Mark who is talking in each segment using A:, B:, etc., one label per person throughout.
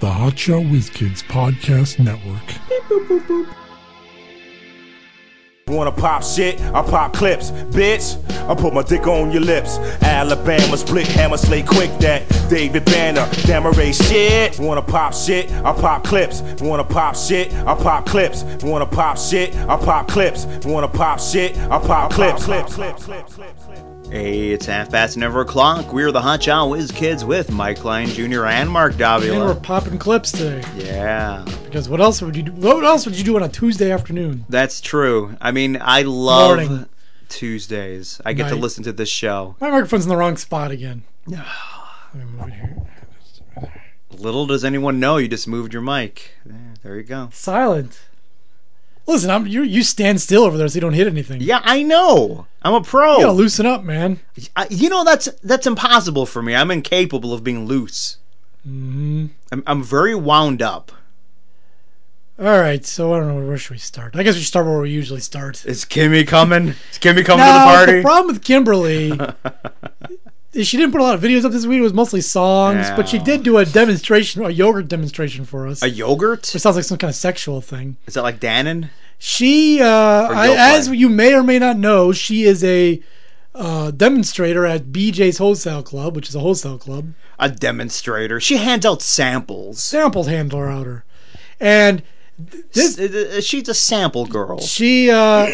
A: the Hot Shot Whiz Kids Podcast Network.
B: Wanna pop shit? I pop clips, bitch. I put my dick on your lips. Alabama split hammer slay quick that David Banner, Damaray shit. Wanna pop shit? I pop clips. Wanna pop shit? I pop clips. Wanna pop shit? I pop clips. Wanna pop shit? I pop clips.
C: Hey, it's half past an over o'clock. We're the Hot Shot Whiz Kids with Mike Klein Jr. and Mark
D: And we're
C: Davila.
D: popping clips today
C: Yeah,
D: because what else would you do? What else would you do on a Tuesday afternoon?
C: that's true. I mean, I love
D: Morning.
C: Tuesdays. I get to
D: Night.
C: listen to this show.
D: My microphone's in the wrong spot again. Let me move it here.
C: Little does anyone know, you just moved your mic. There, there you go.
D: Silent. Listen, I'm you. You stand still over there so you don't hit anything.
C: Yeah, I know. I'm a pro.
D: You gotta loosen up, man.
C: I, you know that's that's impossible for me. I'm incapable of being loose. I'm, I'm very wound up.
D: All right, so I don't know where should we start. I guess we should start where we usually start.
C: Is Kimmy coming? Is Kimmy coming
D: Now, problem with Kimberly is she didn't put a lot of videos up this week. It was mostly songs, but she
C: Yeah.
D: did do a demonstration, a yogurt demonstration for us.
C: A yogurt?
D: it sounds like some kind of sexual thing.
C: Is that like Dannon?
D: She, uh, I,
C: Yoplait.
D: as you may or may not know, she is a uh, demonstrator at BJ's Wholesale Club, which is a wholesale club,
C: a demonstrator. She hands out samples.
D: sample handler outer. And
C: This, uh, she's a sample girl.
D: she, uh,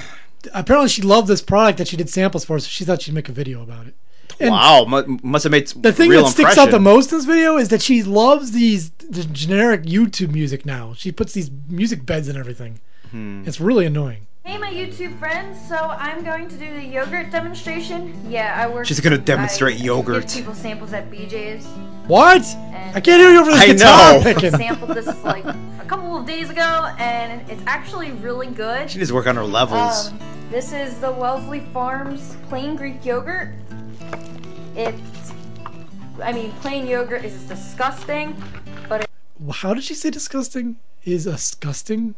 D: apparently, she loved this product that she did samples for, so she thought she'd make a video about it. And
C: wow, mu- must have made s-
D: the thing
C: real
D: that sticks out the
C: impression.
D: most in this video is that she loves these the generic YouTube music now. She puts these music beds and everything.
C: Hmm.
D: It's really annoying.
E: Hey, my YouTube friends. So I'm going to do the yogurt demonstration. Yeah, I work.
C: She's gonna demonstrate
E: I
C: yogurt.
E: Give people samples at BJ's.
D: What? I can't hear you over this
C: I
D: guitar
C: know.
D: picking.
E: Sampled this like a couple of days ago, and it's actually really good.
C: She needs to work on her levels.
E: Um, this is the Wellesley Farms plain Greek yogurt. It's, I mean, plain yogurt is disgusting, but
D: how did she say disgusting? Is disgusting?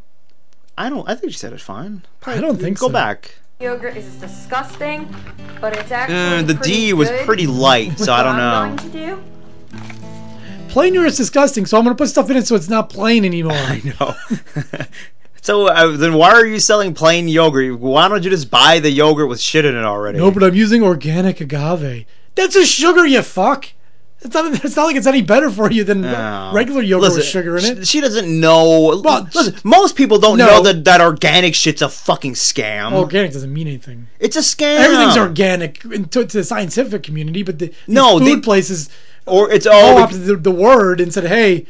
C: I don't. I think she said it fine.
D: I don't think
C: Go
D: so.
C: back.
E: yogurt is disgusting. But it's actually
C: Uh, the
E: pretty
C: D was
E: good.
C: pretty light, so I don't know.
E: I'm going to do
D: Plain yogurt is disgusting, so I'm gonna put stuff in it so it's not plain anymore.
C: No. so uh, then, why are you selling plain yogurt? Why don't you just buy the yogurt with shit in it already?
D: no, but I'm using organic agave. That's a sugar, you fuck. It's not. It's not like it's any better for you than
C: No.
D: regular yogurt
C: Oh. Listen,
D: with sugar in it.
C: She, she doesn't know.
D: Well,
C: listen, most people don't
D: no.
C: know that that organic shit's a fucking scam.
D: organic doesn't mean anything.
C: It's a scam.
D: Everything's organic in- to, to the scientific community, but the, these
C: No,
D: food
C: they-
D: places
C: Or it's
D: co
C: all
D: opted the, the word and said, "Hey,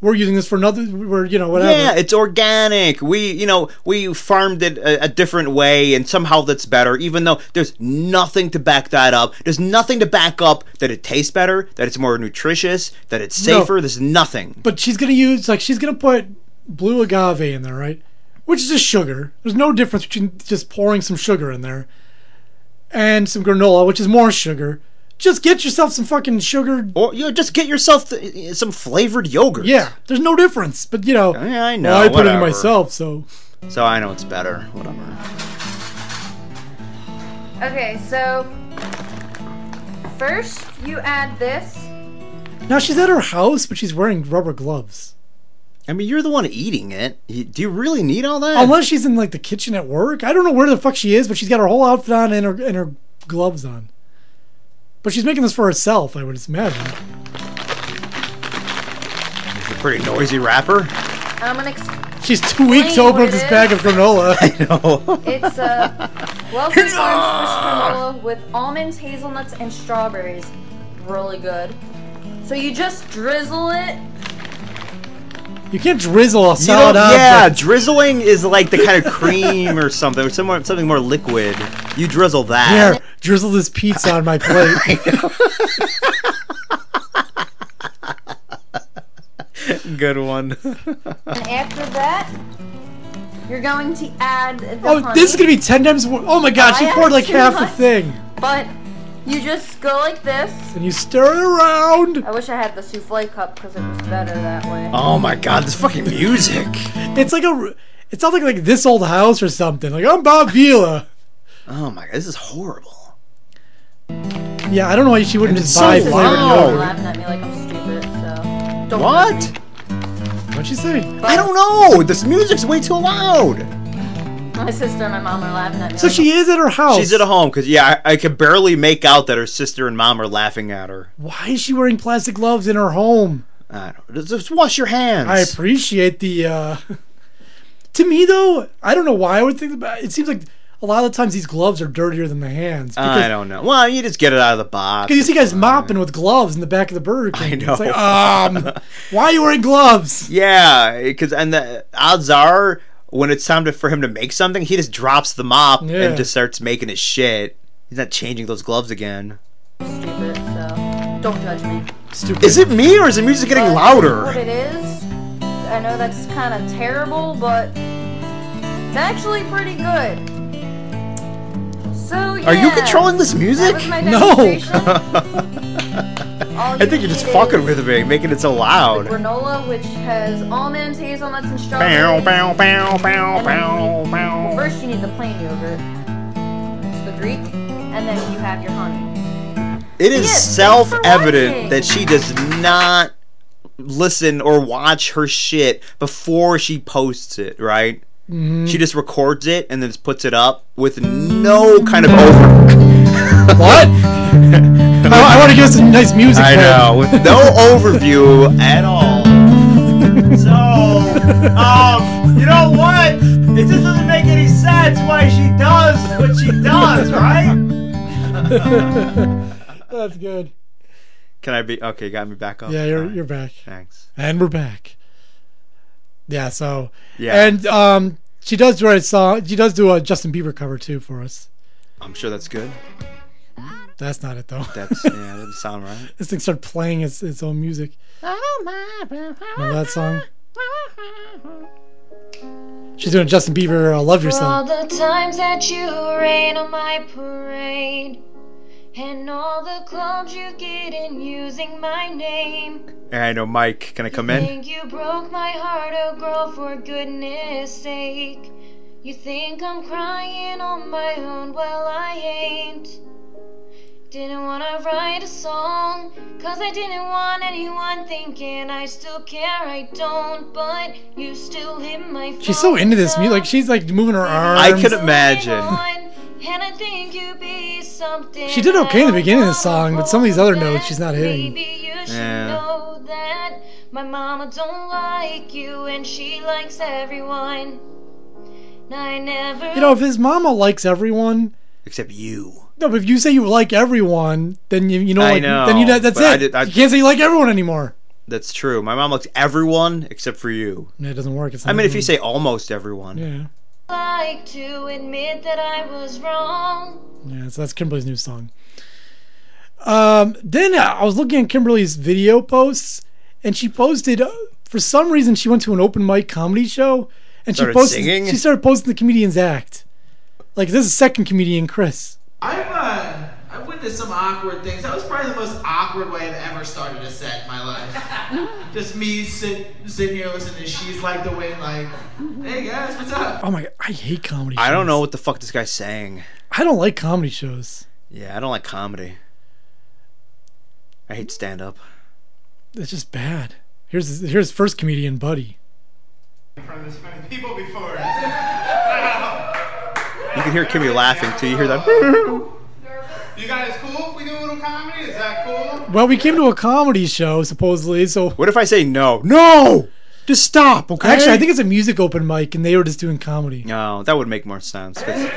D: we're using this for another. We're you know whatever."
C: Yeah, it's organic. We, you know, we farmed it a, a different way, and somehow that's better. Even though there's nothing to back that up. There's nothing to back up that it tastes better, that it's more nutritious, that it's
D: No.
C: safer. There's nothing.
D: But she's gonna use like she's gonna put blue agave in there, right? Which is just sugar. There's no difference between just pouring some sugar in there and some granola, which is more sugar. Just get yourself some fucking sugar.
C: Or you know, just get yourself th- some flavored yogurt.
D: Yeah, there's no difference. But you know,
C: Yeah, I know,
D: well, I put it in
C: whatever.
D: myself, so
C: So I know it's better. Whatever.
E: Okay, so first you add this.
D: now she's at her house, but she's wearing rubber gloves.
C: I mean, you're the one eating it. You- do you really need all that?
D: Unless she's in like the kitchen at work. I don't know where the fuck she is, but she's got her whole outfit on and her and her gloves on. But she's making this for herself, I would imagine.
C: It's a pretty noisy wrapper.
E: I'm gonna. Ex-
D: She's too weak to
E: Plain
D: open
E: what
D: up this
E: it
D: bag of granola.
E: it's a Wellesley Farms fish granola with almonds, hazelnuts, and strawberries. Really good. So you just drizzle it.
D: You can't drizzle a
C: You don't-
D: solid out.
C: yeah, drizzling is like the kind of cream or something, or somewhere, something more liquid. You drizzle that.
D: Here, drizzle this pizza on my plate.
C: Good one.
E: And after that, you're going to add the
D: oh,
E: honey.
D: this is gonna be ten times. Wor- oh my god, she
E: I
D: poured like
E: actually
D: half the
E: like-
D: thing,
E: But you just go like this.
D: and you stir it around.
E: I wish I had the souffle cup because it was better that way.
C: Oh my god, this fucking music.
D: It's like a. r- It sounds like like this old house or something. Like I'm Bob Vila.
C: Oh my god, this is horrible.
D: Yeah, I don't know why she wouldn't
C: And
D: just
C: it's
D: buy
C: so
D: flavored
C: loud.
D: yogurt.
E: laughing at me like I'm stupid, so. Don't
C: What?
E: worry.
D: What'd she say?
C: I don't know. This music's way too loud.
E: My sister and my mom are laughing at me.
D: So she is at her house.
C: She's at home because yeah, I, I could barely make out that her sister and mom are laughing at her.
D: Why is she wearing plastic gloves in her home?
C: I don't. Just, just wash your hands.
D: I appreciate the. uh To me, though, I don't know why I would think about. It seems like a lot of the times these gloves are dirtier than the hands.
C: I don't know. Well, you just get it out of the box.
D: Because you see guys mopping with gloves in the back of the Burger King.
C: know.
D: It's like, um, why are you wearing gloves?
C: Yeah, because and the odds are when it's time to, for him to make something, he just drops the mop
D: Yeah.
C: and just starts making his shit. He's not changing those gloves again.
E: stupid, so don't judge me.
D: Stupid.
C: Is it me or is the music getting
E: But What
C: louder?
E: it is, I know that's kind of terrible, but it's actually pretty good. So yeah.
C: Are you controlling this music?
E: That was my
D: No.
E: demonstration. All
C: I think you're
E: need
C: just
E: is
C: fucking with me, making it so loud.
E: Granola, which has almonds, hazelnuts, and
C: Bow,
E: strawberries.
C: bow, bow, bow,
E: And then
C: bow,
E: you-
C: bow.
E: First, you need the plain yogurt. It's the Greek, and then you have your honey.
C: It is
E: Yeah, thanks for watching.
C: self-evident that she does not listen or watch her shit before she posts it, right? She just records it and then just puts it up with no kind of over.
D: What? I, want to give us some nice music.
C: I
D: break.
C: know, with no overview at all. So, um, you know what? It just doesn't make any sense why she does what she does, right?
D: That's good.
C: Can I be okay? Got me back up.
D: Yeah, you're,
C: Alright,
D: you're back.
C: Thanks.
D: And we're back. Yeah, so.
C: Yeah,
D: And um, she does do a song. She does do a Justin Bieber cover, too, for us.
C: I'm sure that's good.
D: That's not it, though.
C: That's yeah, that doesn't sound right.
D: this thing started playing its, its own music. Remember that song? She's doing Justin Bieber, uh, Love
F: All
D: Yourself.
F: the times that you rain on my parade, and all the clubs you get in using my name.
C: All right, I know, Mike. Can I come in?
F: Think you broke my heart, oh girl, for goodness sake. You think I'm crying on my own, well, I ain't. Didn't wanna write a song, cause I didn't want anyone thinking I still care, I don't, but you still hit my phone.
D: She's so into this music. Like, she's like moving her arms.
C: I could imagine.
F: And I think you be something
D: She did okay in the beginning of the song, but some of these other
F: that
D: notes she's not hitting.
F: Maybe you should
C: Yeah.
F: know that my mama don't like you and she likes everyone. And I never
D: You know, if his mama likes everyone,
C: Except you.
D: no, but if you say you like everyone, then you, you know,
C: I
D: like,
C: know,
D: then you that, that's it.
C: but I did- I-
D: you can't say you like everyone anymore.
C: That's true. My mom likes everyone except for you.
D: No, It doesn't work. It's
C: I
D: not
C: mean, if you
D: everyone.
C: say almost everyone,
D: Mm-hmm. yeah,
F: like to admit that I was wrong.
D: yeah, so that's Kimberly's new song. Um, then I was looking at Kimberly's video posts, and she posted uh, for some reason she went to an open mic comedy show, and
C: Started
D: she posted
C: singing?
D: she started posting the comedians act. Like this is second comedian Chris.
G: I've uh, I witnessed some awkward things. That was probably the most awkward way I've ever started a set in my life. Just me sit, sitting here listening to She's Like the Wind, like, hey guys, what's up?
D: Oh my god, I hate comedy.
C: I don't
D: shows.
C: know what the fuck this guy's saying.
D: I don't like comedy shows.
C: Yeah, I don't like comedy. I hate stand up.
D: It's just bad. Here's here's first comedian Buddy.
G: In front of this many people before.
C: You can hear Kimmy laughing too. You hear that?
G: You guys cool if we do a little comedy? Is that cool?
D: Well, we came to a comedy show supposedly, so
C: What if I say no? No! Just stop, okay?
D: actually I think it's a music open mic, and they were just doing comedy.
C: No, that would make more sense. 'cause-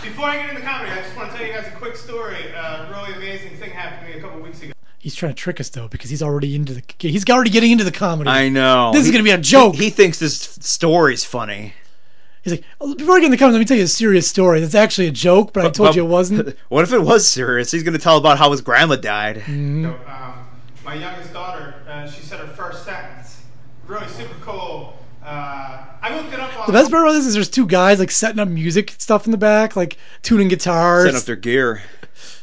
G: Before I get into comedy, I just want to tell you guys a quick story. Uh, really amazing thing happened to me a couple weeks ago.
D: He's trying to trick us though because he's already into the he's already getting into the comedy.
C: I know.
D: This is
C: He-
D: gonna be a joke.
C: He thinks this story's funny.
D: he's like, "Oh, before I get in the comedy, let me tell you a serious story. That's actually a joke, but I told
C: But-
D: you it wasn't.
C: What if it was serious? He's gonna tell about how his grandma died.
D: Mm.
G: So, um, my youngest daughter, uh, she said her first sentence. Really super cool. Uh, I looked it up on
D: The best part about this is there's two guys like setting up music stuff in the back, like tuning guitars.
C: Setting up their gear.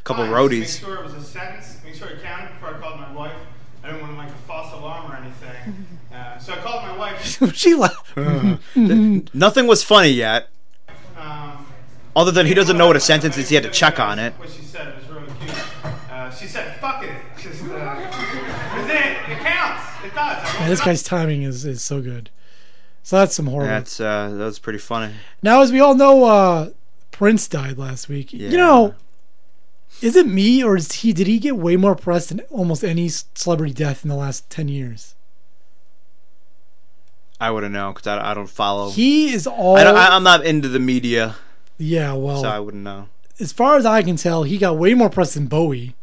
C: couple
G: Fine,
C: roadies.
G: Just make sure it was a sentence. Make sure it counted before I called my wife. I didn't want like a false alarm or anything. Uh, so I called my wife.
D: she laughed.
C: Nothing was funny yet,
G: Um,
C: other than he doesn't know what a sentence is. He had to check on it.
G: What she said was really cute. Uh, she said, "Fuck it." Just, uh,
H: it. It counts. It does.
D: Man, this guy's timing is, is so good. So that's some horror.
C: That's uh, that was pretty funny.
D: Now, as we all know, uh, Prince died last week. You
C: Yeah.
D: know, is it me or is he? Did he get way more press than almost any c- celebrity death in the last ten years?
C: I wouldn't know because I, I don't follow.
D: He is all.
C: Oh. I don't, I, I'm not into the media,
D: yeah, well,
C: so I wouldn't know.
D: as far as I can tell, he got way more press than Bowie.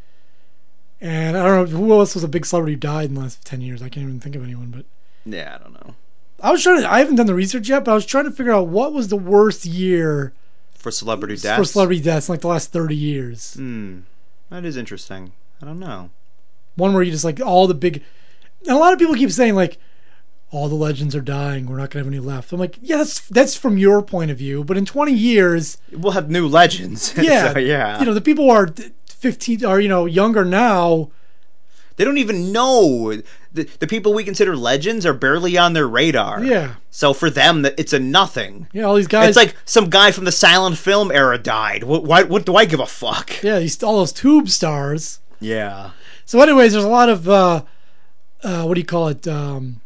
D: And I don't know who else was a big celebrity who died in the last ten years. I can't even think of anyone. But
C: Yeah, I don't know.
D: I was trying to. I haven't done the research yet, but I was trying to figure out what was the worst year
C: For celebrity deaths,
D: for celebrity deaths in like the last thirty years.
C: Hmm, that is interesting. I don't know.
D: One where you just like all the big. And a lot of people keep saying like, all the legends are dying. We're not gonna have any left. I'm like, yeah, that's that's from your point of view. But in twenty years,
C: We'll have new legends.
D: yeah,
C: so, yeah.
D: you know, the people who are d- fifteen are you know younger now.
C: they don't even know the, the people we consider legends are barely on their radar.
D: Yeah.
C: So for them, that it's a nothing.
D: Yeah, all these guys.
C: it's like some guy from the silent film era died. What? Why, what do I give a fuck?
D: yeah, these all those tube stars.
C: Yeah.
D: So, anyways, there's a lot of uh, uh, what do you call it? Um,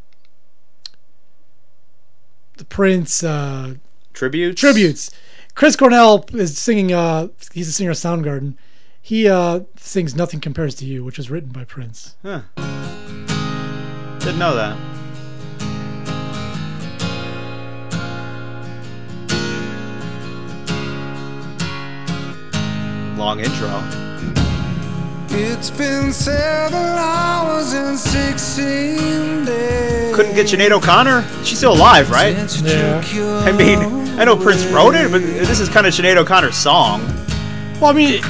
D: the Prince uh,
C: Tributes.
D: tributes. Chris Cornell is singing. Uh, he's a singer of Soundgarden. He uh, sings "Nothing Compares to You," which was written by Prince.
C: Huh. Didn't know that. Long intro.
I: It's been seven hours and sixteen days.
C: Couldn't get Sinead O'Connor. She's still alive, right?
I: since you
D: Yeah.
I: took your
C: I mean, I know Prince wrote it, but this is kind of Sinead O'Connor's song.
D: Well, I mean,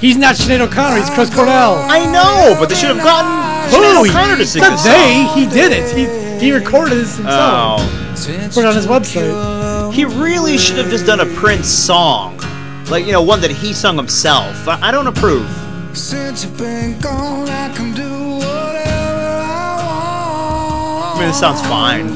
D: he's not Sinead O'Connor. He's Chris Cornell.
C: I know, but they should have gotten Sinead O'Connor to sing
D: Not
C: this
D: they.
C: song.
D: He did it. He he recorded this himself.
C: Oh,
I: since
D: Put it on his
I: you took
D: website.
I: your
C: he really should have just done a Prince song, like you know, one that he sung himself. I, I don't approve.
I: Since you've been gone, I can do whatever I want.
C: I mean, this sounds fine.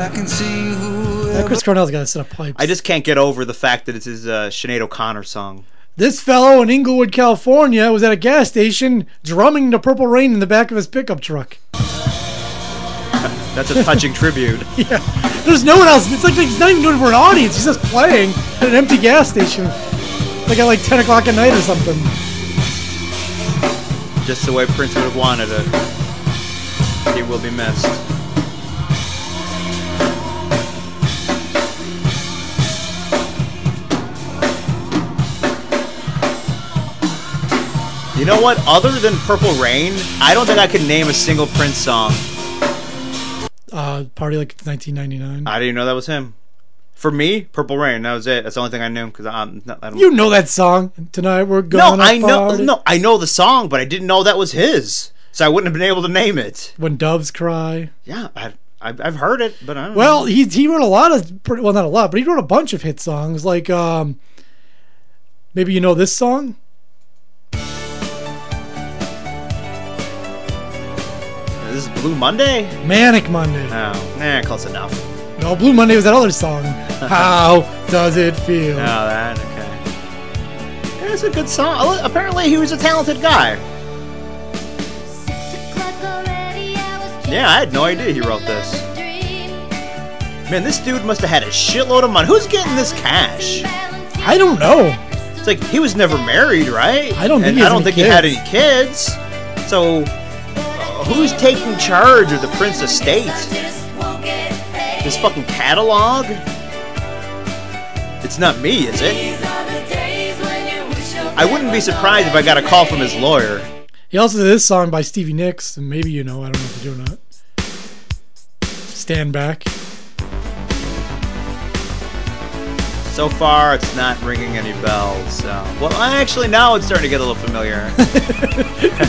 I: I can see who
D: Yeah, Uh, Chris Cornell's got a set of pipes.
C: I just can't get over the fact that it's his uh, Sinead O'Connor song.
D: This fellow in Inglewood, California, was at a gas station drumming to Purple Rain in the back of his pickup truck.
C: That's a touching tribute.
D: Yeah. There's no one else. It's like he's not even doing it for an audience. He's just playing at an empty gas station. Like at like 10 o'clock at night or something.
C: Just the way Prince would have wanted it. He will be missed. You know what? Other than Purple Rain, I don't think I could name a single Prince song.
D: Uh, party like it's 1999.
C: I didn't even know that was him. For me, Purple Rain. That was it. That's the only thing I knew because I'm. Not, I don't.
D: You know that song. Tonight we're
C: no,
D: going.
C: I know. No, I know the song, but I didn't know that was his. So I wouldn't have been able to name it.
D: When doves cry.
C: Yeah, I, I've, I've heard it, but I don't. know.
D: Well, he he wrote a lot of pretty- well, not a lot, but he wrote a bunch of hit songs. Like um, maybe you know this song.
C: This is Blue Monday?
D: Manic Monday.
C: Oh, nah, close enough.
D: No, Blue Monday was that other song. How does it feel?
C: Oh, that, okay. That's a good song. Oh, Apparently, he was a talented guy.
F: Yeah, I had no idea he wrote this.
C: Man, this dude must have had a shitload of money. Who's getting this cash?
D: I don't know.
C: It's like he was never married, right?
D: I don't think
C: And
D: he has
C: I don't
D: any
C: think he had
D: kids.
C: any kids. So, uh, who's taking charge of the Prince Estate? His fucking catalog? It's not me, is it? I wouldn't be surprised if I got a call from his lawyer.
D: He also did this song by Stevie Nicks, and maybe you know, I don't know if you do or not. Stand back.
C: So far, it's not ringing any bells. So, well, actually, now it's starting to get a little familiar.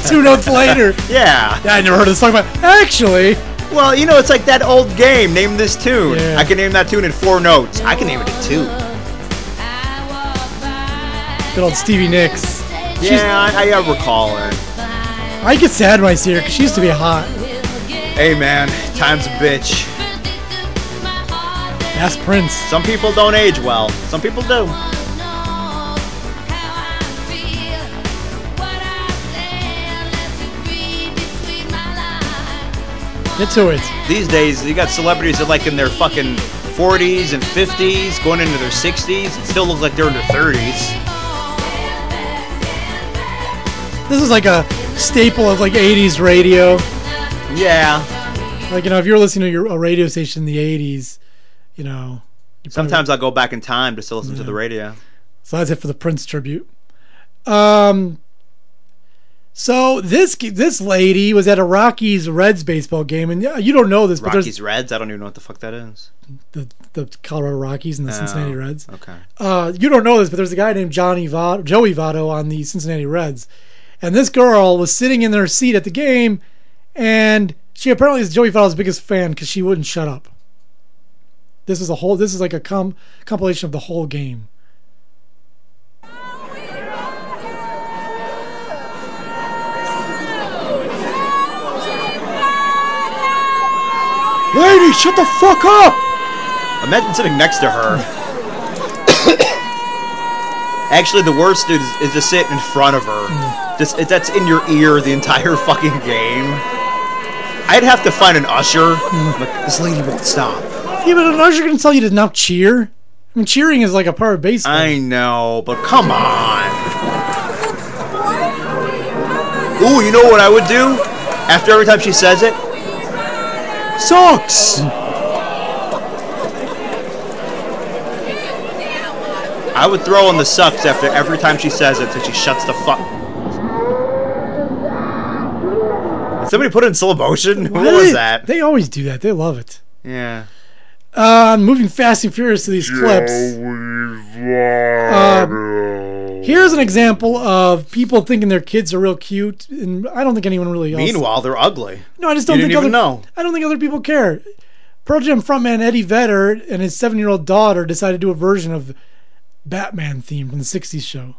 D: Two notes later.
C: yeah.
D: Yeah, I never heard of this song, but actually,
C: Well, you know, it's like that old game. Name this tune.
D: Yeah.
C: I can name that tune in four notes. I can name it in two.
D: good old Stevie Nicks.
C: Yeah, I, I recall her.
D: I get sad when I see her because she used to be hot.
C: Hey, man, time's a bitch.
D: That's Prince.
C: Some people don't age well. Some people do.
D: Get to it.
C: These days, you got celebrities that like in their fucking 40s and 50s, going into their 60s, and still look like they're in their 30s.
D: This is like a staple of like 80s radio.
C: Yeah.
D: Like, you know, if you're listening to your, a radio station in the 80s, you know. you probably-
C: Sometimes I'll go back in time just to listen to the radio.
D: So that's it for the Prince tribute. Um. So this this lady was at a Rockies Reds baseball game, and yeah, you don't know this, but there's
C: Rockies Reds. I don't even know what the fuck that is.
D: the, the Colorado Rockies and the Cincinnati
C: Oh,
D: Reds.
C: Okay.
D: Uh, you don't know this, but there's a guy named Johnny Votto, Joey Votto on the Cincinnati Reds, and this girl was sitting in their seat at the game, and she apparently is Joey Votto's biggest fan because she wouldn't shut up. This is a whole. This is like a com- compilation of the whole game. Lady, shut the fuck up!
C: Imagine sitting next to her. Actually, the worst is, is to sit in front of her.
D: Mm.
C: Just it- that's in your ear the entire fucking game. I'd have to find an usher.
D: Mm.
C: I'm like, this lady won't stop.
D: Yeah, but an usher can tell you to not cheer. I mean, cheering is like a part of baseball.
C: I know, but come on. Ooh, you know what I would do? After every time she says it,
D: Sucks.
C: I would throw on the sucks after every time she says it, so she shuts the fuck. Somebody put it in slow motion. Who was that?
D: They always do that. They love it.
C: yeah.
D: Uh, moving fast and furious to these clips. Um, here's an example of people thinking their kids are real cute, and I don't think anyone really. Else.
C: Meanwhile, they're ugly.
D: no, I just don't
C: you
D: think
C: didn't
D: other.
C: even know.
D: I don't think other people care. Pearl Jam frontman Eddie Vedder and his seven-year-old daughter decided to do a version of Batman theme from the '60s show,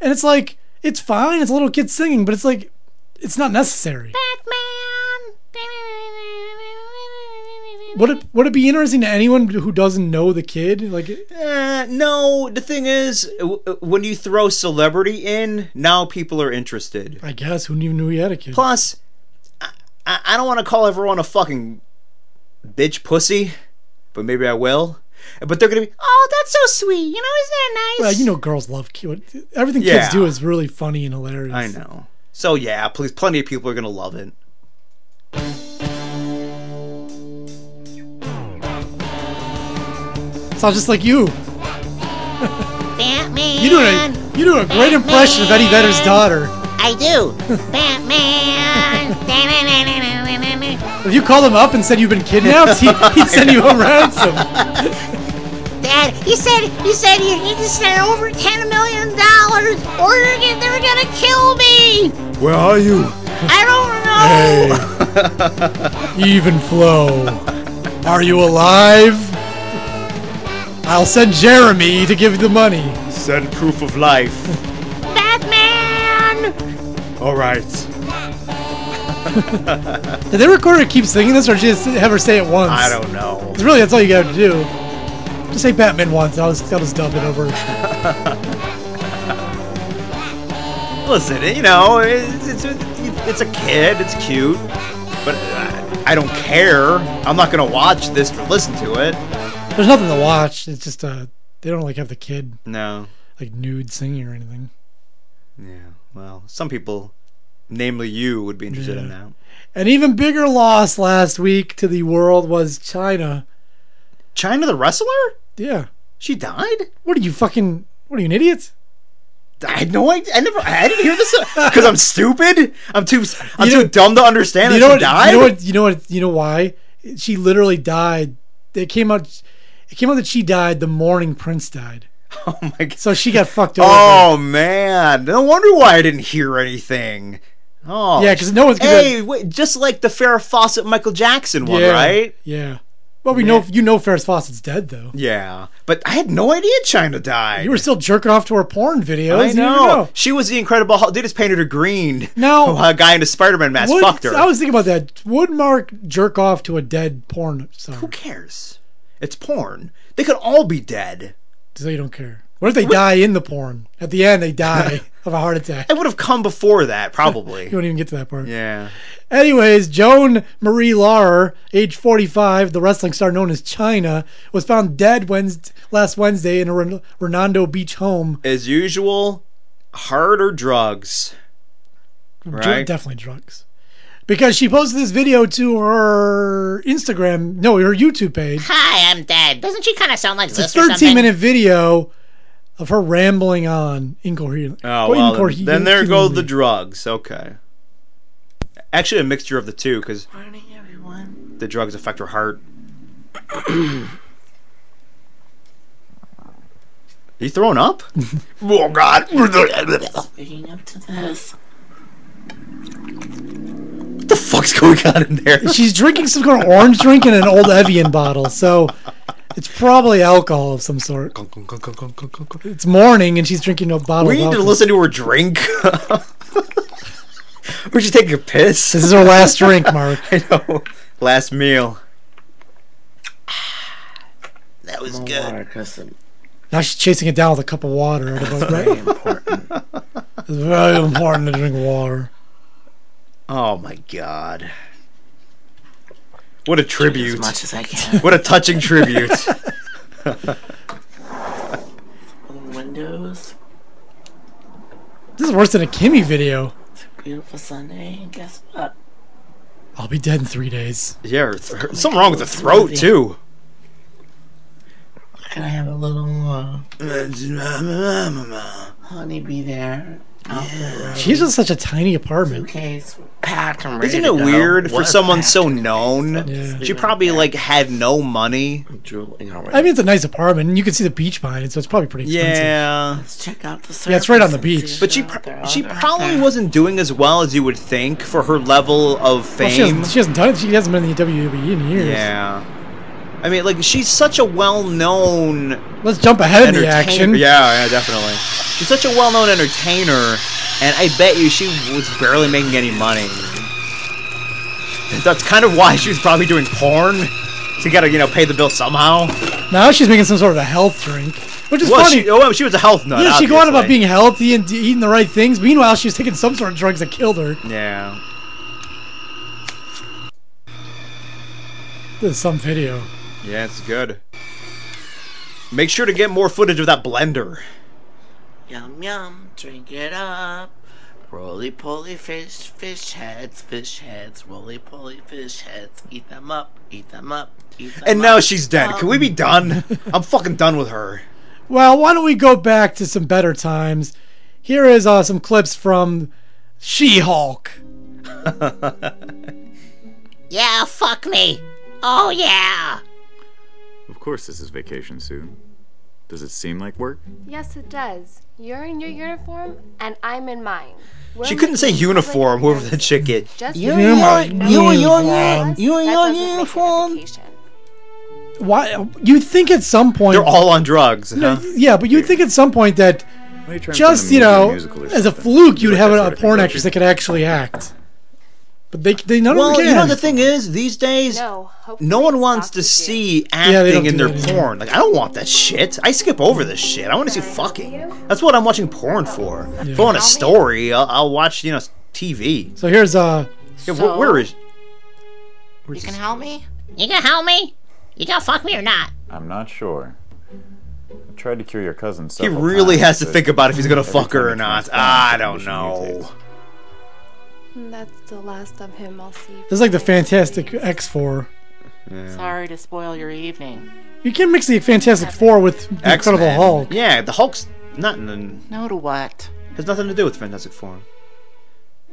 D: and it's like it's fine. It's a little kid singing, but it's like it's not necessary. Would it would it be interesting to anyone who doesn't know the kid? Like,
C: Eh, no, the thing is, w- w- when you throw celebrity in, now people are interested.
D: I guess who even knew he had a kid?
C: Plus, I, I I don't want to call everyone a fucking bitch pussy, but maybe I will. But they're gonna be, oh, that's so sweet. You know, isn't that nice?
D: Well, you know, girls love cute. Everything
C: Yeah.
D: kids do is really funny and hilarious.
C: I know. So yeah, please, plenty of people are gonna love it.
D: Sounds just like you. You do a you do a great impression of Eddie Vedder's daughter.
J: I do. Batman.
D: If you called him up and said you've been kidnapped, he, he'd send you a ransom.
J: Dad, he said he said he, he just sent over ten million dollars, or they're gonna, they're gonna kill me.
A: Where are you?
J: I don't know.
D: Even flow. Are you alive? I'll send Jeremy to give you the money.
B: Send proof of life.
J: Batman.
B: All right.
D: Did they record her keep singing this, or just have her say it once?
C: I don't know.
D: It's really that's all you gotta do. Just say Batman once. and I'll just, I'll just dub it over.
C: Listen, you know, it's it's, it's a kid. It's cute, but I, I don't care. I'm not gonna watch this or listen to it.
D: There's nothing to watch. It's just uh, they don't like have the kid
C: No.
D: like nude singing or anything.
C: Yeah. Well, some people, namely you, would be interested in that.
D: An even bigger loss last week to the world was China.
C: China the wrestler?
D: Yeah.
C: She died?
D: What are you fucking? What are you an idiot?
C: I had no idea. I never. I didn't hear this because I'm stupid. I'm too. I'm
D: You know-
C: too dumb to understand
D: You
C: that
D: know
C: she
D: what?
C: died.
D: You know what? You know what? You know why? She literally died. It came out. It came out that she died the morning Prince died.
C: Oh my god.
D: So she got fucked over.
C: Oh man! No wonder why I didn't hear anything. Oh
D: yeah, because no one's gonna.
C: Hey, wait, just like the Farrah Fawcett Michael Jackson one,
D: yeah,
C: right?
D: Yeah. Well, we know you know Ferris Fawcett's dead though.
C: Yeah, but I had no idea China died.
D: You were still jerking off to her porn videos.
C: I
D: You didn't even
C: know. She was the Incredible Hulk. They just painted her green.
D: No.
C: a guy in a Spider-Man mask
D: Would-
C: fucked her.
D: I was thinking about that. Would Mark jerk off to a dead porn
C: Who
D: star?
C: cares? It's porn. They could all be dead.
D: So you don't care. What if they die in the porn? At the end, they die. of a heart attack.
C: It would have come before that,
D: You
C: probably.
D: won't even get to that part.
C: yeah.
D: Anyways, Joan Marie Lauer, age 45, the wrestling star known as China, was found dead Wednesday, last Wednesday in her Ren- Redondo Beach home.
C: As usual, hard or drugs.
D: Dr-
C: Right.
D: definitely drugs. Because she posted this video to her Instagram, no, her YouTube page.
J: Hi, I'm dead. Doesn't she kind of sound like
D: It's
J: this
D: a
J: or
D: 13
J: something?
D: minute video of her rambling on incoherent.
C: Oh well,
D: incoherently.
C: then, then there go the drugs. Okay. Actually, a mixture of the two, because the drugs affect her heart. Are you throwing up? oh God! what the fuck's going on in there?
D: She's drinking some kind of orange drink in an old Evian bottle, so it's probably alcohol of some sort. It's morning, and she's drinking a bottle.
C: We
D: of
C: need to
D: alcohol.
C: listen to her drink. Would you take a piss?
D: This is her last drink, Mark.
C: I know. Last meal.
K: That was good. Because the
D: Now she's chasing it down with a cup of water. Out of her-
K: very important.
D: It's very important to drink water.
C: Oh my god. What a tribute.
K: As much as I can.
C: What a touching tribute.
K: Windows.
D: This is worse than a Kimmy video.
K: It's a beautiful Sunday. And guess what?
D: I'll be dead in three days.
C: yeah, her th- her- something wrong with the throat too.
K: Can I have a little uh, honeybee there?
D: She's just such a tiny apartment.
K: Suitcase packed and ready
C: Isn't
K: to
C: it
K: go.
C: weird for
K: Was
C: someone
K: packed.
C: so known?
D: Yeah.
C: She probably like had no money.
K: drooling already.
D: I mean, it's a nice apartment, and you can see the beach behind it, so it's probably pretty expensive.
C: Yeah.
K: Let's check out the
D: Yeah, it's right on the
K: surface and see
D: beach.
K: if
C: But she
K: they're out there,
C: pr-
K: are
C: she
K: they out
C: probably
K: there?
C: wasn't doing as well as you would think for her level of
D: Well, she,
C: fame.
D: hasn't, she hasn't done it. She hasn't been in the WWE in years.
C: Yeah. I mean, like she's such a well-known
D: Let's jump ahead of the action.
C: entertainer. Yeah, yeah, definitely. She's such a well-known entertainer, and I bet you she was barely making any money. That's kind of why she was probably doing porn. She got to, you know, pay the bill somehow.
D: Now she's making some sort of a health drink, which is
C: Well,
D: funny.
C: she, oh, well, she was a health nut.
D: yeah, she go on about
C: obviously.
D: being healthy and eating the right things. Meanwhile, she was taking some sort of drugs that killed her.
C: Yeah.
D: This is some video.
C: Yeah, it's good. Make sure to get more footage of that blender.
K: Yum yum, drink it up. Roly poly fish, fish heads, fish heads, roly poly fish heads. Eat them up, eat them up, eat them
C: And
K: up.
C: now she's dead. Can we
K: Um,
C: be done? I'm fucking done with her.
D: Well, why don't we go back to some better times? Here is uh, some clips from She-Hulk.
J: Yeah, fuck me. Oh, yeah.
L: Of course, this is vacation soon. Does it seem like work?
M: Yes, it does. You're in your uniform, and I'm in mine. We're
C: She couldn't say
M: making
C: uniform,
M: public
C: whoever that chick is.
M: Just
J: You
M: because
J: in
M: there's
J: your-
M: no
J: you in your
M: uniform,
J: uni- you in
M: that
J: your
M: doesn't make it a
J: uniform.
M: vacation.
D: Why? You think at some point
C: They're all on drugs, huh?
D: Yeah, but you'd think at some point that
L: Why are you trying to
D: just
L: find a
D: you
L: movie or
D: know,
L: musical or
D: as a
L: something?
D: fluke, you'd
L: Like
D: have
L: that
D: a,
L: sort
D: a
L: of thing,
D: porn
L: don't
D: actress
L: you?
D: that could actually act. But they, they none of
C: Well,
D: them
C: you
D: can.
C: know the thing is, these days,
M: No,
C: no,
M: hopefully
C: one
M: it's
C: wants
M: not
C: to
M: this year.
C: see
D: Yeah, they
C: acting
D: don't
C: in
D: do
C: their
D: that anymore.
C: porn. Like I don't want that shit. I skip over this shit. I want to see fucking. That's what I'm watching porn for. If I want a story, I'll, I'll watch you know TV.
D: so here's uh,
C: Yeah, wh- where is?
K: You can help me?
J: You gonna help me? You gonna fuck me or not?
L: I'm not sure. I tried to cure your cousin.
C: He
L: several
C: really
L: times,
C: has to
L: but
C: think about if he's gonna
L: every
C: fuck
L: time
C: her
L: he
C: or not.
L: transplants,
C: I
L: the
C: don't
L: condition
C: know.
L: mutates.
M: And That's the last of him I'll see.
D: this is like the Fantastic X Four.
K: Sorry to spoil your evening.
D: You can mix the Fantastic Four with the Incredible
C: X-Men.
D: Hulk.
C: Yeah, the Hulk's not in the,
K: No to what?
C: has nothing to do with Fantastic Four.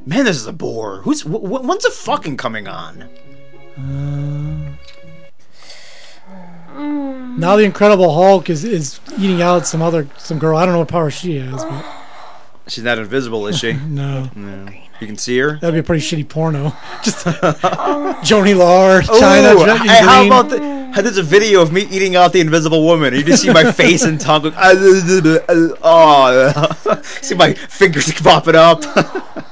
C: Man, this is a bore. Who's wh- wh- when's the fucking coming on?
D: Now the Incredible Hulk is, is eating out some other some girl. I don't know what power she has, but
C: She's not invisible, is she?
D: no,
C: You can see her.
D: that'd be a pretty shitty porno. Just Joni Lar,
C: Ooh,
D: China, Jackie
C: hey, how
D: Green.
C: about the, hey, there's a video of me eating out the invisible woman. You just see my face and tongue going, "Ah, ah, ah, ah, ah." see my fingers popping up.
M: Oh,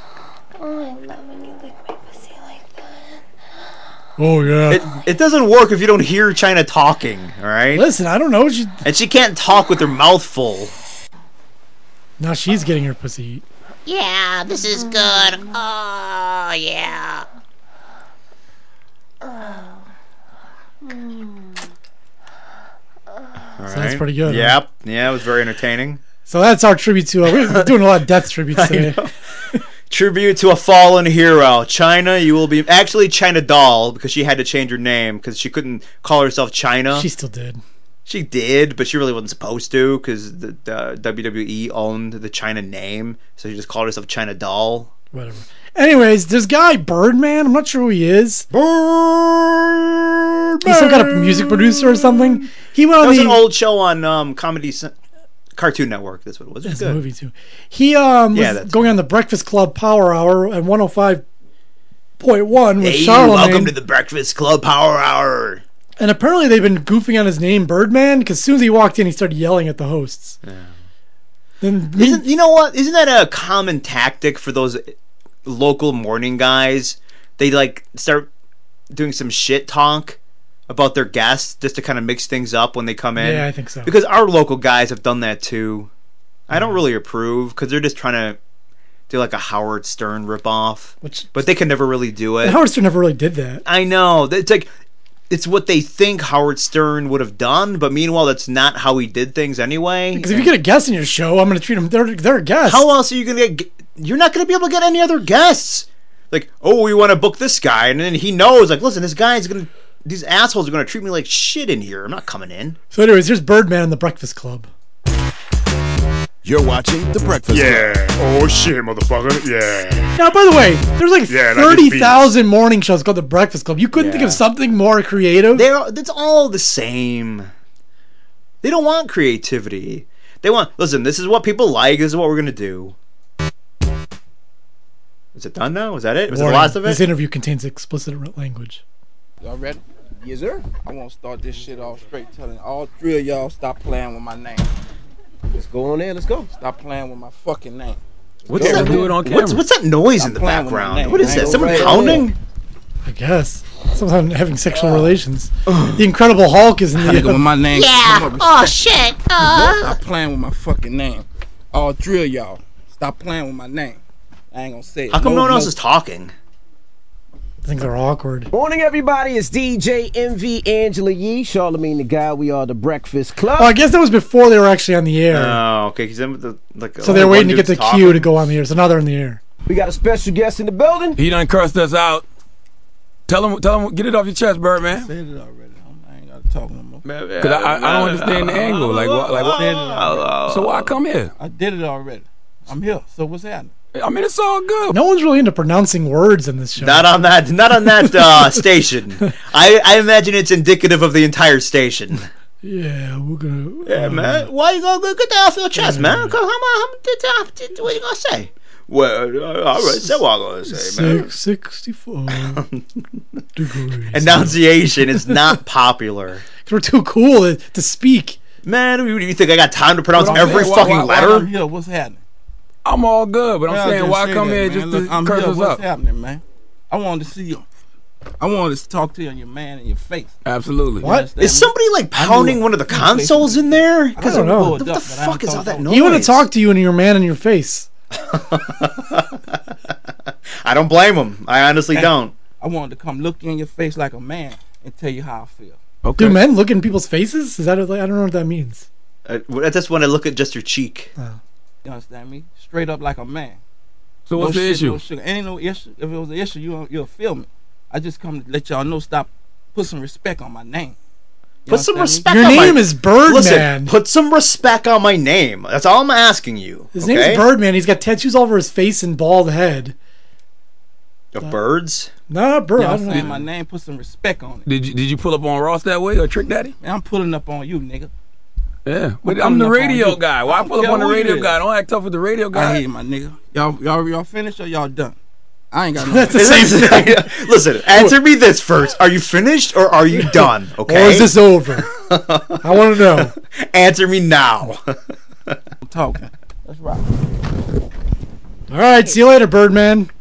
M: I love when you lick my pussy like that.
D: oh yeah.
C: it, it doesn't work if you don't hear China talking, all right?
D: Listen, I don't know. She,
C: And she can't talk with her mouth full.
D: Now she's getting her pussy eat.
J: Yeah, this is good. Oh, yeah.
C: All
D: that's pretty good, huh?
C: Yep. Yeah, it was very entertaining.
D: So that's our tribute to. Uh, we're doing a lot of death tributes
C: I
D: today.
C: know. Tribute to a fallen hero, China. You will be actually China Doll because she had to change her name because she couldn't call herself China.
D: She still did.
C: She did, but she really wasn't supposed to because the, the WWE owned the China name, so she just called herself China Doll.
D: Whatever. Anyways, this guy Birdman, I'm not sure who he is. Birdman. He's some kind of music producer or something. He went
C: That
D: on
C: was
D: the
C: an old show on um, Comedy Cen- Cartoon Network. That's what it was. It was
D: It's a
C: good.
D: movie too. He um
C: Yeah,
D: was
C: that's-
D: going on the Breakfast Club Power Hour at 105.1 with
C: Hey,
D: Charlemagne.
C: welcome to the Breakfast Club Power Hour.
D: And apparently they've been goofing on his name Birdman because as soon as he walked in, he started yelling at the hosts. Then me-
C: Isn't you know what? Isn't that a common tactic for those local morning guys? They like start doing some shit talk about their guests just to kind of mix things up when they come in.
D: Yeah, I think so. Mm-hmm.
C: Because our local guys have done that too. I don't really approve because they're just trying to do like a Howard Stern ripoff,
D: Which-
C: but they can never really do it.
D: and Howard Stern never really did that.
C: I know. It's like it's what they think Howard Stern would have done, but meanwhile, that's not how he did things anyway.
D: Because if you get a guest in your show, I'm going to treat them. They're, they're a guest.
C: How else are you gonna get? You're not gonna be able to get any other guests. Like, oh, we want to book this guy, and then he knows. Like, listen, this guy is gonna. These assholes are gonna treat me like shit in here. I'm not coming in.
D: so, anyways, here's Birdman in the Breakfast Club.
N: You're watching The Breakfast
B: Yeah. Oh shit, motherfucker. Yeah.
D: Now, by the way, there's like
B: Yeah, that gets beat.
D: 30,000 morning shows called The Breakfast Club. You couldn't think
C: Yeah.
D: of something more creative?
C: They're that's all the same. They don't want creativity. They want listen. This is what people like. This is what we're gonna do. Is it done now? Is that it? Was it the
D: Warning,
C: last of it?
D: This interview contains explicit r- language.
O: Y'all ready? Yes, sir. I want to start this shit off straight, telling all three of y'all stop playing with my name. Let's go on in. Let's go. Stop playing with my fucking name.
C: What's that? What's, what's that noise in the
O: playing with my
C: background?
O: name.
C: What is
O: I ain't
C: that? Someone
O: gonna play it.
C: pounding?
D: I guess. Someone having sexual relations. the Incredible Hulk is in the.
O: Gotta go with my name.
J: Yeah. Oh, shit. Uh,
O: Stop playing with my fucking name. All three of y'all stop playing with my name. I ain't gonna say it.
C: How come no one else is talking?
D: Things are awkward.
P: Morning, everybody. It's DJ MV Angela Yee, Charlemagne the Guy. We are the Breakfast Club.
D: Oh, I guess that was before they were actually on the air.
C: Oh, okay. Because the like.
D: so
C: only
D: they're
C: one
D: waiting to get
C: dude's
D: the
C: talking.
D: cue to go on the air. So now they're in the air.
P: We got a special guest in the building.
Q: He done cursed us out. Tell him, tell him, get it off your chest, Birdman.
O: Said it already. I'm- I ain't gotta talk no more.
Q: Cause I, I, I don't understand the angle. Like, what, like,
O: I said it
Q: what?
O: already.
Q: So why come here?
O: I did it already. I'm here. So what's happening?
Q: I mean, it's all good.
D: No one's really into pronouncing words in this show.
C: Not on that. Not on that uh, station. I, I imagine it's indicative of the entire station.
D: Yeah, we're gonna. uh,
C: Yeah,
D: Mm-hmm.
C: man. Why you gonna get that off your chest, man? Come, on, what you gonna say? Well, uh, all right. Say what I'm gonna say, man.
D: Six sixty-four degrees.
C: Enunciation is not popular.
D: 'Cause we're too cool to, to speak.
C: Man, what do you think I got time to pronounce
O: What I'm
C: every
O: saying, why-
C: fucking
O: why- why
C: letter?
O: I'm here. What's happening?
Q: I'm all good, but I'm
O: Well,
Q: saying,
O: just
Q: why
O: say
Q: come
O: that,
Q: here
O: man.
Q: just
O: Look,
Q: to
O: I'm
Q: curse
O: here.
Q: us
O: What's
Q: up?
O: happening, man? I wanted to see you. I wanted to talk to you, your man, in your face.
Q: Absolutely.
O: What?
Q: What?
O: Understand Is me? somebody, like, I knew pounding it. one of the consoles
C: in there?
D: I don't know.
O: What the fuck is all that
D: He want to talk to you and your man in your face.
C: I don't blame him. I honestly
D: Eh.
O: Hey.
C: don't.
O: I wanted to come look you in your face like a man and tell you how I feel.
D: Do men look in people's faces? Is that like, I don't know what that means.
C: Uh, that's when I look at just your cheek.
D: Uh,
O: You understand me? Straight up like a man.
Q: So what's the
O: shit,
Q: issue?
O: No sugar. Ain't no issue. If it was an issue, you you'll feel me. I just come to let y'all know. Stop. Put some respect on my name. You
C: Put some respect.
O: understand me?
C: on my- Listen, put some respect on my name. That's all I'm asking you.
D: His name is Birdman. He's got tattoos all over his face and bald head.
C: Of birds.
D: Nah, bro.
O: You know
D: I
O: what
D: don't
O: I'm
D: know.
O: saying? My name. Put some respect on it.
Q: Did you, did you pull up on Ross that way or Trick Daddy?
O: Man, I'm pulling up on you, nigga.
Q: Yeah, but
O: I'm
Q: I'm the
O: up on
Q: radio
O: you.
Q: guy.
O: I
Q: Why
O: don't
Q: pull up
O: care
Q: on the
O: who you
Q: radio
O: is.
Q: guy? Don't act tough with the radio guy.
O: I hear you, my nigga. Y'all, y'all, y'all finished or y'all done? I ain't got no.
D: That's the
C: This is- Listen, answer me this first. Are you finished or are you done? Okay.
D: Or is this over? I want to know.
C: Answer me now.
O: talking. That's right.
D: All right, see you later, Birdman.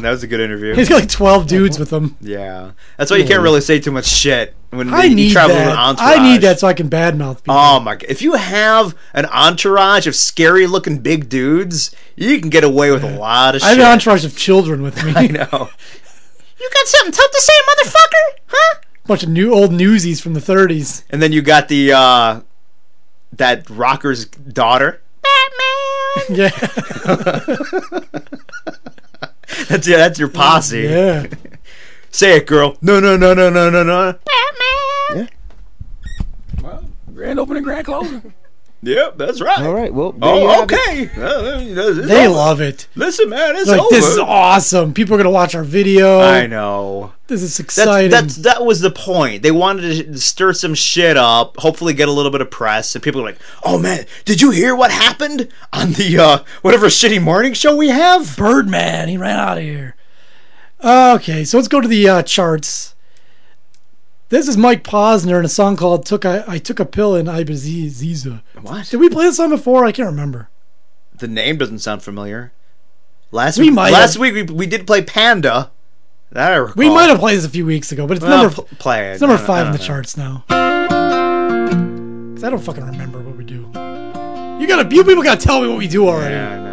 C: That was a good interview.
D: He's got like 12 dudes with him.
C: yeah. That's why you can't really say too much shit. when
D: I
C: we- you
D: need
C: travel
D: that.
C: with an entourage.
D: I need that so I can badmouth. people.
C: Oh my god! If you have an entourage of scary-looking big dudes, you can get away with a lot of
D: I have
C: shit.
D: an entourage of children with me.
C: I know.
J: You got something tough to say, motherfucker? Huh?
D: bunch of new old newsies from the 30s.
C: And then you got the uh, that rocker's daughter.
D: Yeah.
C: That's yeah, that's your posse.
D: Yeah.
C: Say it, girl. No, no, no, no, no, no, no.
Q: Grand opening, grand closing.
C: Yep, that's right.
P: All right. Well, there you
C: Oh,
P: have it.
C: okay. Well, there- you know, it's
D: They
C: over.
D: love it.
C: Listen, man, it's
D: like,
C: over.
D: this is awesome. People are going to watch our video.
C: I know.
D: This is
C: That's,
D: exciting.
C: that's that was the point. They wanted to stir some shit up, hopefully get a little bit of press, and people are like, "Oh man, did you hear what happened on the uh, whatever shitty morning show we have?"
D: Birdman, he ran out of here. Okay, so let's go to the uh, charts. This is Mike Posner in a song called "Took I, I Took a Pill in Ibiza."
C: What?
D: Did we play this song before? I can't remember.
C: The name doesn't sound familiar. Last
D: We
C: week,
D: might
C: last
D: have-
C: week we, we did play Panda. That I recall.
D: We might have played this a few weeks ago, but it's
C: Oh. Well,
D: number
C: pl- play it.
D: it's number
C: I don't- I
D: five in
C: don't
D: the
C: know.
D: charts now. 'Cause I don't fucking remember what we do. You gotta, you people gotta tell me what we do already.
C: Yeah, I know.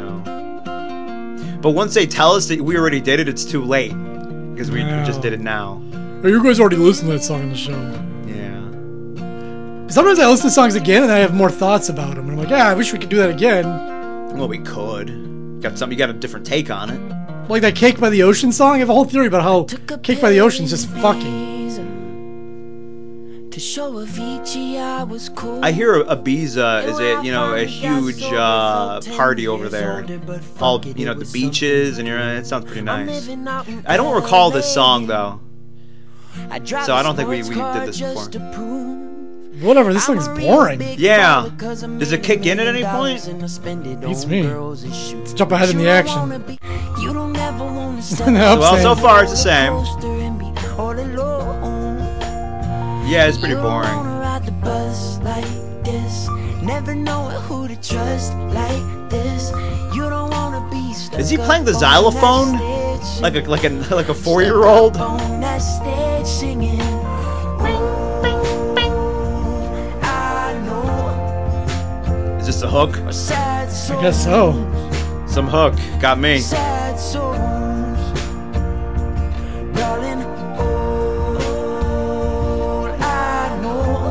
C: But once they tell us that we already did it, it's too late because we
D: Yeah.
C: just did it now.
D: Hey, you guys already listened to that song on the show.
C: Yeah.
D: Sometimes I listen to songs again and I have more thoughts about them, and I'm like, yeah, I wish we could do that again.
C: Well, we could. Got something. You got a different take on it.
D: Like that "Cake by the Ocean" song. I have a whole theory about how "Cake by the Ocean's" just fucking.
R: To show Avicii I was cool.
C: I hear Ibiza is a you know a huge uh, party over there. All you know the beaches and you're, uh, it sounds pretty nice. I don't recall this song though,
R: I
C: so I don't think we, we did this before.
D: Whatever. This song's boring.
C: Yeah. Does it kick in at any point?
D: Beats me. Let's jump ahead in the action. No,
C: well, so
D: same.
C: far it's the same. Yeah, it's pretty boring.
R: ride the bus like this. Never know who to trust like this. You don't wanna be stuck
C: Is he playing the
R: up on that
C: xylophone?
R: stage
C: Like a like a like a four year old?
R: on that stage singing. Bing, bing, bing. I know
C: Is this a hook?
R: a sad soul.
D: I guess so.
C: Some hook got me.
R: Sad souls. Darling, all I know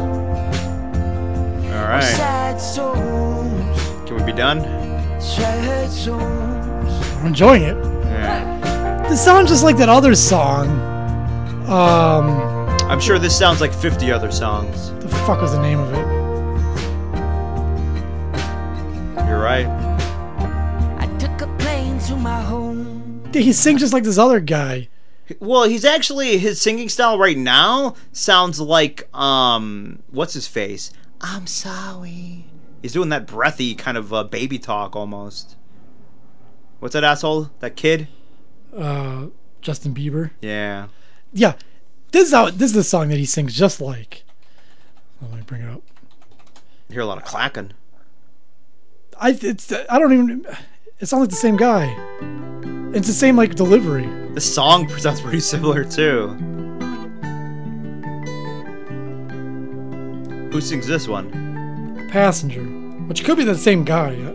C: All
R: are
C: right.
R: sad souls,
C: Can we be done?
R: sad souls.
D: I'm enjoying it.
C: Yeah.
D: This sounds just like that other song. Um,
C: I'm sure this sounds like 50 other songs.
D: the fuck was the name of it?
C: You're right.
R: I took a plane to my home.
D: Dude, he sings just like this other guy.
C: Well, he's actually his singing style right now sounds like um what's his face? I'm sorry. He's doing that breathy kind of uh, baby talk almost. What's that asshole? That kid?
D: Uh, Justin Bieber.
C: Yeah.
D: Yeah, this is how this is the song that he sings just like. Let me bring it up.
C: hear a lot of clacking.
D: I it's I don't even. It sounds like the same guy. It's the same like delivery.
C: The song sounds pretty similar too. Who sings this one?
D: Passenger, which could be the same guy. yeah.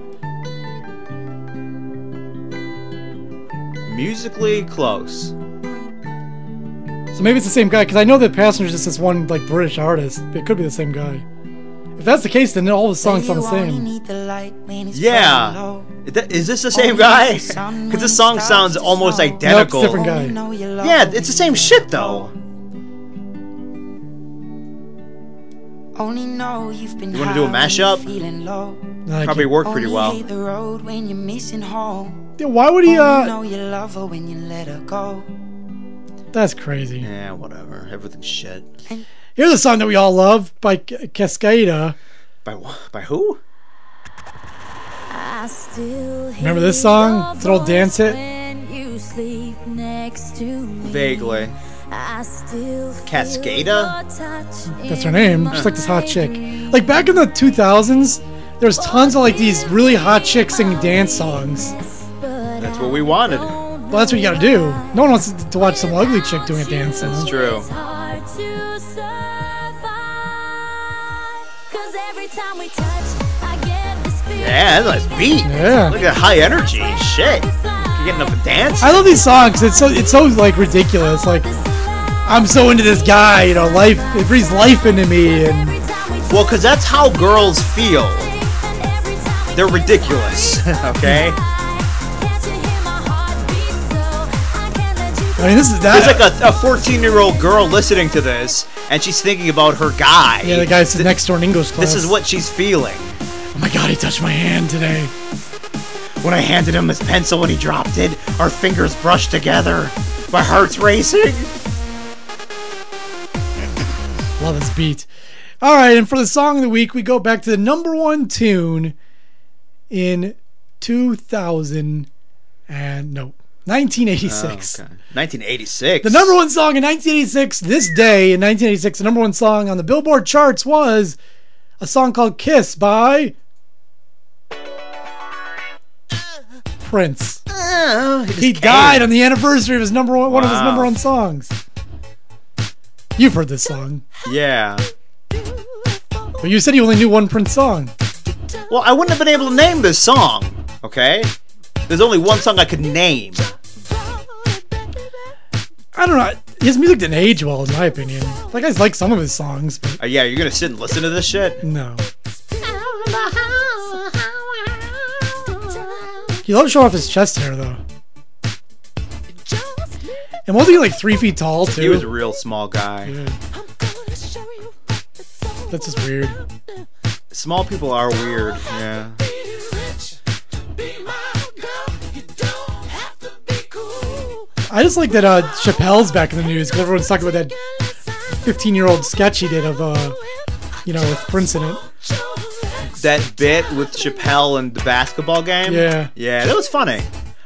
C: Musically close.
D: So maybe it's the same guy because I know that Passenger's just this one like British artist. But it could be the same guy. If that's the case, then all the songs sound the same.
C: Yeah. Is that- Is this the same guy? Because this song sounds almost identical.
D: Nope, different guy.
C: Yeah, it's the same shit though.
R: Only know you've been
C: You wanna do a
R: high when
C: mashup?
R: you're feeling low.
D: I
C: Probably
D: can-
C: worked pretty
R: Only
C: well.
R: hate the road when you're missing home.
D: Yeah, why would he?
R: Only
D: Uh,
R: know you love her when you let her go.
D: that's crazy.
C: Yeah, whatever. Everything's shit.
D: Here's a song that we all love by K- Cascada.
C: By wh- by who?
S: I still
D: Remember this song? It's an old dance hit.
S: when you sleep next to me.
C: Vaguely.
S: I still
C: Cascada?
D: That's her name. She's like this hot chick. Like back in the 2000s, there was tons of like these really hot chicks singing dance songs.
C: That's what we wanted.
D: Well, that's what you gotta do. No one wants to watch some ugly chick doing a dance song.
C: It's true.
S: hard to to survive. Cause every time we touch, I get this feeling.
C: Yeah, that's a nice beat.
D: Yeah.
C: Look at that high energy. Shit. You getting up and dance?
D: I love these songs. It's so it's so like ridiculous. Like I'm so into this guy, you know, life it breathes life into me and
C: Well, because that's how girls feel. They're ridiculous, okay?
D: I mean this is that
C: There's like a- a 14 year old girl listening to this, and she's thinking about her guy.
D: Yeah, the guy's next door in English class.
C: This is what she's feeling.
D: Oh my god, he touched my hand today.
C: When I handed him his pencil when he dropped it, our fingers brushed together. My heart's racing.
D: Love this beat. All right, and for the song of the week, we go back to the number one tune in 2000 and no, 1986.
C: Oh, okay. 1986.
D: The number one song in 1986, this day in 1986, the number one song on the Billboard charts was a song called Kiss by Prince.
C: Uh,
D: he died on the anniversary of his number one, one of his
C: Wow.
D: number one songs. You've heard this song,
C: Yeah.
D: but you said you only knew one Prince song.
C: Well, I wouldn't have been able to name this song, okay? There's only one song I could name.
D: I don't know. His music didn't age well, in my opinion. Like I like some of his songs, but
C: Uh, yeah, you're gonna sit and listen to this shit?
D: no. He loves to show off his chest hair, though. And wasn't he like three feet tall too?
C: He was a real small guy.
D: That's just weird.
C: Small people are weird, yeah.
D: I just like that uh, Chappelle's back in the news 'cause everyone's talking about that 15 year old sketch he did of, uh, you know, with Prince in it.
C: That bit with Chappelle and the basketball game?
D: Yeah.
C: Yeah, that was funny.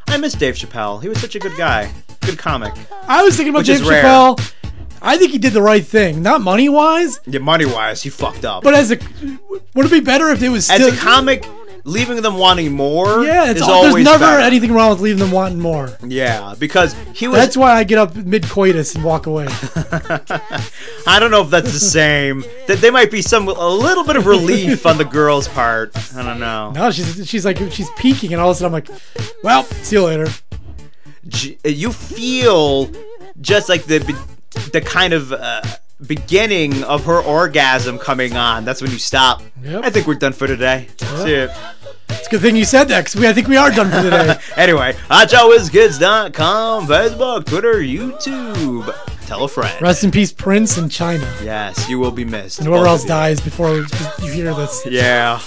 C: I miss Dave Chappelle. He was such a good guy. Good comic.
D: I was thinking about
C: Which
D: Dave
C: is rare.
D: Chappelle. I think he did the right thing, not money wise,
C: Yeah, money wise, he fucked up.
D: but as a would it be better if it was
C: As
D: still
C: a comic, leaving them wanting more
D: Yeah, it's
C: is
D: all,
C: always
D: there's never
C: better.
D: anything wrong with leaving them wanting more.
C: Yeah, because he was.
D: That's why I get up mid coitus and walk away.
C: I don't know if that's the same. That they might be some a little bit of relief on the girl's part. I don't know.
D: no, she's she's like she's peaking, and all of a sudden I'm like, well, see you later.
C: J- You feel just like the be- the kind of uh, beginning of her orgasm coming on. That's when you stop. I think we're done for today. See ya.
D: It's a good thing you said that because I think we are done for today.
C: anyway, hotshotwizkids.com, Facebook, Twitter, YouTube. Tell a friend.
D: Rest in peace, Prince and China,
C: Yes, you will be missed.
D: and whoever
C: Both
D: else
C: of you.
D: dies before you hear this.
C: Yeah.